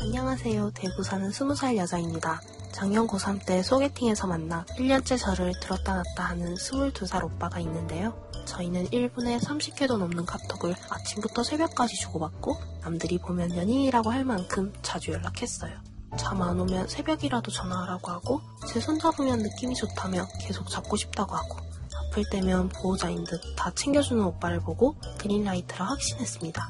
안녕하세요. 대구 사는 20살 여자입니다. 작년 고3 때 소개팅에서 만나 1년째 저를 들었다 놨다 하는 22살 오빠가 있는데요. 저희는 1분에 30회도 넘는 카톡을 아침부터 새벽까지 주고받고 남들이 보면 연인이라고 할 만큼 자주 연락했어요. 잠 안 오면 새벽이라도 전화하라고 하고 제 손잡으면 느낌이 좋다며 계속 잡고 싶다고 하고 아플 때면 보호자인 듯 다 챙겨주는 오빠를 보고 그린라이트라 확신했습니다.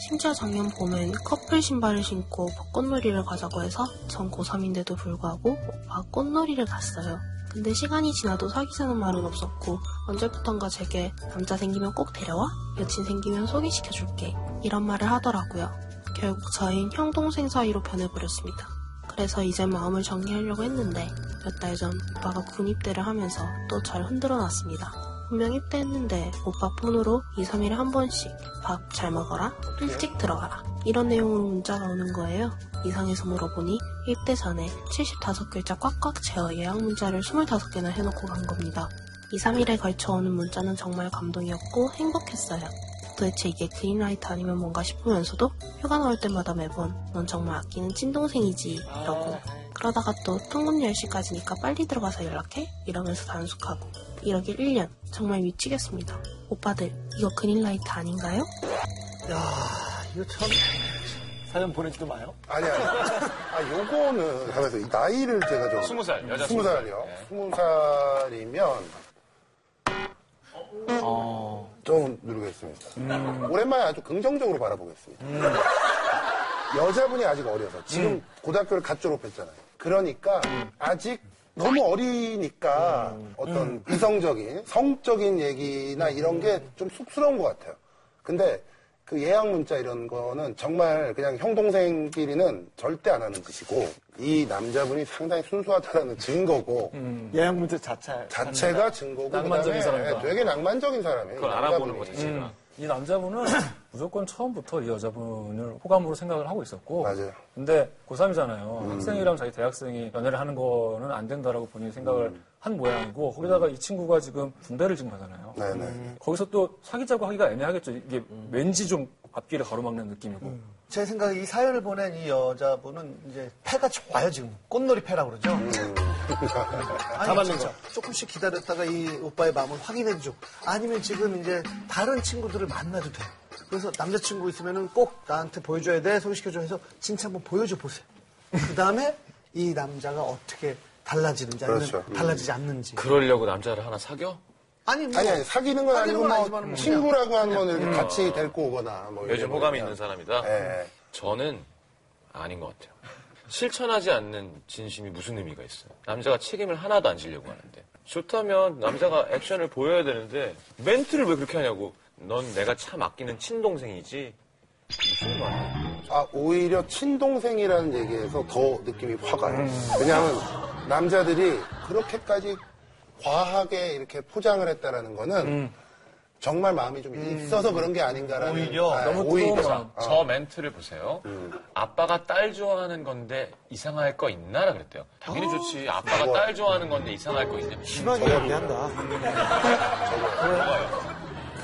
심지어 작년 봄엔 커플 신발을 신고 벚꽃놀이를 가자고 해서 전 고3인데도 불구하고 오빠 꽃놀이를 갔어요. 근데 시간이 지나도 사귀자는 말은 없었고 언제부턴가 제게 남자 생기면 꼭 데려와? 여친 생기면 소개시켜줄게 이런 말을 하더라고요. 결국 저희는 형 동생 사이로 변해버렸습니다. 그래서 이제 마음을 정리하려고 했는데 몇 달 전 오빠가 군 입대를 하면서 또 절 흔들어 놨습니다. 분명 입대했는데 오빠 폰으로 2, 3일에 한 번씩 밥 잘 먹어라, 일찍 들어가라 이런 내용으로 문자가 오는 거예요. 이상해서 물어보니 입대 전에 75글자 꽉꽉 채워 예약 문자를 25개나 해놓고 간 겁니다. 2, 3일에 걸쳐 오는 문자는 정말 감동이었고 행복했어요. 도대체 이게 그린라이트 아니면 뭔가 싶으면서도 휴가 나올 때마다 매번 넌 정말 아끼는 찐동생이지 이러고 그러다가 또 통금 10시까지니까 빨리 들어가서 연락해? 이러면서 단속하고 이러길 1년 정말 미치겠습니다 오빠들 이거 그린라이트 아닌가요? 야 이거 참 사연 보내지도 마요. 아니야. 아, 요거는 하면서 이 나이를 제가 좀. 스무 살, 여자 스무 스무 살. 살이요. 네. 스무 살이면 어. 좀 누르겠습니다. 음. 오랜만에 아주 긍정적으로 바라보겠습니다. 여자분이 아직 어려서 지금 고등학교를 갓 졸업했잖아요. 그러니까 아직 너무 어리니까 어떤 이성적인 성적인 얘기나 이런 게 좀 쑥스러운 것 같아요. 근데 그 예약 문자 이런 거는 정말 그냥 형 동생끼리는 절대 안 하는 짓이고 이 남자분이 상당히 순수하다는 증거고 음, 예약 문자 자체 자체가 증거고 낭만적인 그다음에 예, 사람이다. 되게 낭만적인 사람이에요. 그걸 이 알아보는 거 남자분이. 자체가. 음. 이 남자분은 무조건 처음부터 이 여자분을 호감으로 생각을 하고 있었고 맞아요. 음. 근데 고3이잖아요. 학생이랑 자기 대학생이 연애를 하는 거는 안 된다라고 본인이 생각을 음. 한 모양이고 거기다가 이 친구가 지금 군대를 지금 가잖아요. 네네. 거기서 또 사귀자고 하기가 애매하겠죠. 이게 왠지 좀 앞길을 가로막는 느낌이고. 제 생각에 이 사연을 보낸 이 여자분은 이제 패가 좋아요 지금 꽃놀이 패라고 그러죠. 음. 잡았는 거. 조금씩 기다렸다가 이 오빠의 마음을 확인해 주고 아니면 지금 이제 다른 친구들을 만나도 돼요. 그래서 남자친구 있으면은 꼭 나한테 보여줘야 돼 소개시켜 줘 해서 진짜 한번 보여줘 보세요. 그 다음에 이 남자가 어떻게 달라지는지 아니면 그렇죠. 음. 달라지지 않는지. 그러려고 남자를 하나 사겨? 아니 뭐 아니 아니 사귀는 건 아니고 사귀는 건 뭐 아니지만은 뭐 친구라고 한번 이렇게 같이 데리고 오거나 뭐 요즘 이런 호감이 거니까. 있는 사람이다? 예. 저는 아닌 것 같아요. 실천하지 않는 진심이 무슨 의미가 있어요? 남자가 책임을 하나도 안 지려고 하는데. 좋다면 남자가 액션을 보여야 되는데 멘트를 왜 그렇게 하냐고. 넌 내가 참 아끼는 친동생이지. 무슨 말이야. 아 오히려 친동생이라는 얘기에서 더 느낌이 확 와요. 왜냐하면 남자들이 그렇게까지 과하게 이렇게 포장을 했다라는 거는 정말 마음이 좀 있어서 그런 게 아닌가라는 오히려 너무 오히려 뜨거운 마음. 저 멘트를 보세요. 아빠가 딸 좋아하는 건데 이상할 거 있나? 라 그랬대요. 당연히 좋지. 아빠가 음. 딸 좋아하는 건데 이상할 거 있냐? 심하게 이야기한다.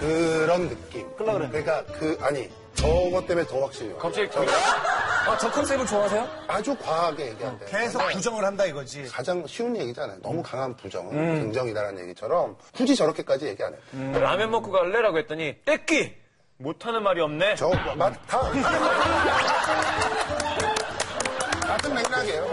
그런 느낌. 그러니까그 아니 저것 때문에 더 확실히 와요. 갑자기 그- 아, 저 컨셉을 좋아하세요? 아주 과하게 얘기한대. 계속 부정을 한다 이거지. 가장 쉬운 얘기잖아요. 너무 강한 부정은 긍정이다라는 얘기처럼 굳이 저렇게까지 얘기 안 해요. 라면 먹고 갈래? 라고 했더니 떼끼! 못하는 말이 없네. 저, 맛, 다. 같은 맥락이에요.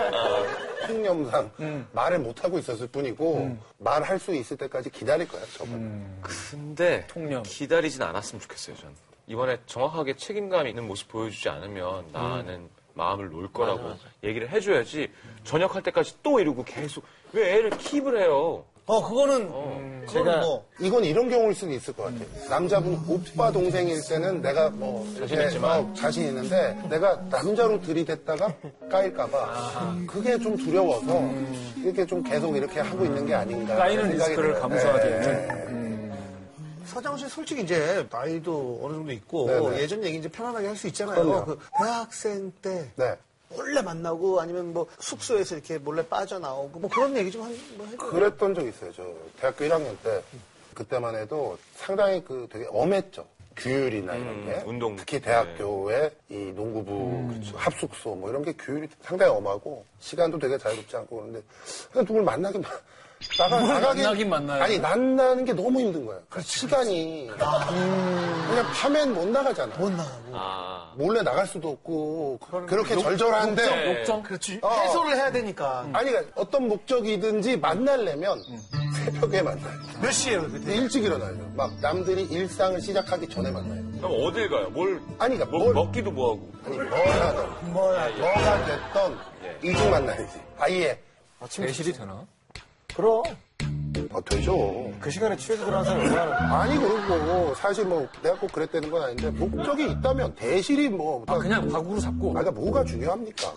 신념상 말을 못하고 있었을 뿐이고 말할 수 있을 때까지 기다릴 거야, 저분. 근데 통념. 기다리진 않았으면 좋겠어요, 전. 이번에 정확하게 책임감 있는 모습 보여주지 않으면 나는 마음을 놓을 거라고 얘기를 해줘야지 전역할 때까지 또 이러고 계속 왜 애를 킵을 해요? 어 그거는 그거는 제가- 뭐 이건 이런 경우일 수는 있을 것 같아요. 남자분 오빠 동생일 때는 내가 뭐 자신 있지만 자신 있는데 내가 남자로 들이댔다가 까일까봐 아. 그게 좀 두려워서 이렇게 좀 계속 이렇게 하고 있는 게 아닌가. 까이는 생각이 리스크를 들어요. 감수하게. 네. 서장훈 씨 솔직히 이제 나이도 어느 정도 있고 네네. 예전 얘기 이제 편안하게 할 수 그럼요. 있잖아요. 그 대학생 때 네. 몰래 만나고 아니면 뭐 숙소에서 이렇게 몰래 빠져나오고 뭐 그런 얘기 좀한 뭐 해줘요. 그랬던 적 있어요. 저 대학교 1학년 때 그때만 해도 상당히 그 되게 엄했죠. 규율이나 이런 게 음, 운동. 음. 특히 대학교의 이 농구부 그렇죠. 합숙소 뭐 이런 게 규율이 상당히 엄하고 시간도 되게 자유롭지 않고 그런데 그냥 누굴 만나긴 만- 나가 나가긴 만나긴 만나요. 아니 만나는 게 너무 힘든 거야. 그 시간이 아, 음. 그냥 밤엔 못 나가잖아. 못 나가고. 아, 몰래 나갈 수도 없고 그- 그렇게 절절한데 네. 욕정? 그렇지. 어. 해소를 해야 되니까. 아니 그러니까 어떤 목적이든지 만나려면 음. 새벽에 만나요. 몇 시에요, 그때? 일찍 일어나요. 막 남들이 일상을 시작하기 전에 만나요. 그럼 어딜 가요? 뭘, 아니, 그러니까 먹, 뭘- 먹기도 뭐하고. 아니 뭐가 됐든 뭐가 됐던 일찍 만나야지. 아예 대실이 되나? 그럼. 버텨줘. 그 시간에 취해서 그런 사람 얼마나. 아, 아니 그리고 사실 뭐 내가 꼭 그랬다는 건 아닌데 목적이 있다면 대실이 뭐 아, 그냥 과구로 잡고. 아까 뭐가 중요합니까?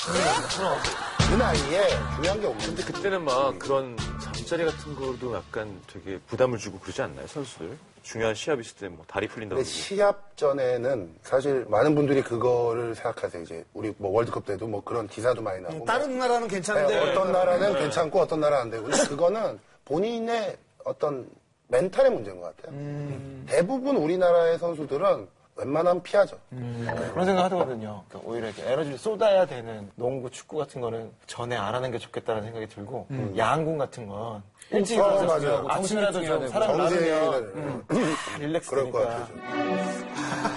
그 나이에 중요한 게 없는데 그 그때는 막 그런 잠자리 같은 거도 약간 되게 부담을 주고 그러지 않나요, 선수들? 중요한 시합 있을 때 뭐 다리 풀린다고. 근데 그 시합 전에는 사실 많은 분들이 그거를 생각하세요. 이제 우리 뭐 월드컵 때도 뭐 그런 기사도 많이 나고 뭐 다른 나라는 네, 괜찮은데. 어떤 나라는 괜찮고 어떤 나라는 안 되고 근데 그거는 본인의 어떤 멘탈의 문제인 것 같아요. 대부분 우리나라의 선수들은 웬만하면 피하죠. 음. 네, 그런 생각 하더거든요. 그러니까 오히려 이렇게 에너지를 쏟아야 되는 농구, 축구 같은 거는 전에 안 하는 게 좋겠다는 생각이 들고 야구 같은 건 일찍 음. 어, 일어나서 맞아요. 하고 아침이라도 좀 정신이 중요하다고. 사람 나누면 정세를 릴렉스 그럴 것 되니까.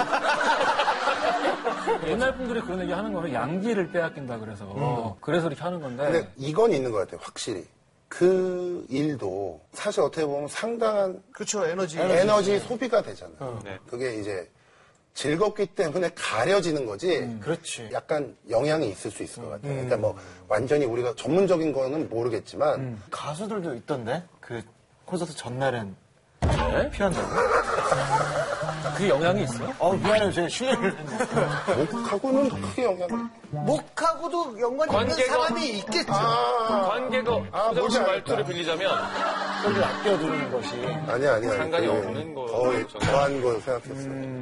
같아요. 옛날 분들이 그런 얘기 하는 거는 양기를 빼앗긴다 그래서. 음. 그래서 이렇게 하는 건데. 근데 이건 있는 것 같아요. 확실히 그 일도 사실 어떻게 보면 상당한 그렇죠, 에너지. 에너지 소비가 되잖아요. 네. 그게 이제 즐겁기 때문에 가려지는 거지. 그렇지. 약간 영향이 있을 수 있을 것 같아요. 그러니까 뭐 완전히 우리가 전문적인 거는 모르겠지만 가수들도 있던데 그 콘서트 전날은 피한다고. 그 영향이 있어요? 어 미안해요 제가 실례를. 목하고는 크게 영향. 목하고도 연관이 있는 관계가- 사람이 있겠죠. 아 관계가, 아, 뭔지 선수 알겠다. 말투를 빌리자면. 소리를 아껴두는 것이 아니야 아니야. 상관이 그 없는 거. 더 더한 걸 생각했어요.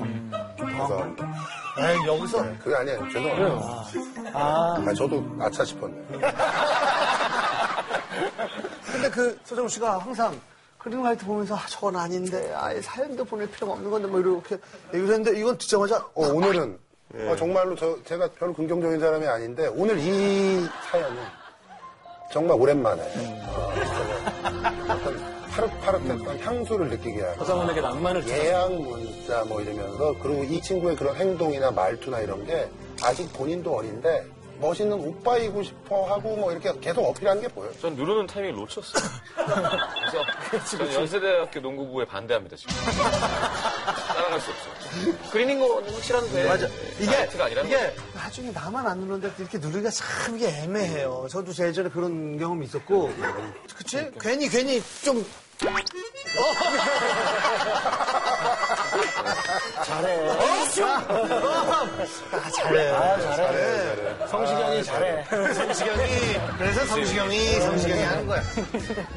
그래서 네, 에이, 음. 아, 여기서. 그게 아니야 죄송합니다. 아, 저도 아차 싶었네. 근데 그 서정우 씨가 항상 그린 화이트 보면서 아, 저건 아닌데 아예 사연도 보낼 필요가 없는 건데 뭐 이렇게 얘기를 했는데 이건 듣자마자 어, 오늘은 어, 정말로 저 제가 별로 긍정적인 사람이 아닌데 오늘 이 사연은 정말 오랜만에 어, 어떤 파릇파릇했던 향수를 느끼게 하는. 여자분에게 낭만을 주는 예약 문자 뭐 이러면서 그리고 이 친구의 그런 행동이나 말투나 이런 게 아직 본인도 어린데 멋있는 오빠이고 싶어 하고 뭐 이렇게 계속 어필하는 게 보여요. 전 누르는 타이밍을 놓쳤어요. 그래서 전 연세대학교 농구부에 반대합니다, 지금. 따라갈 수 없어요. 그리는 거는 확실한데. 맞아. 이게, 나이트가 아니라. 이게 나중에 나만 안 누르는데 이렇게 누르기가 참 이게 애매해요. 저도 제 예전에 그런 경험이 있었고. 그치? 괜히, 괜히 좀. 잘해. 어, 좀. 아, 잘해. 성시경이 잘해. 성시경이. 그래서 성시경이, 성시경이 하는 거야.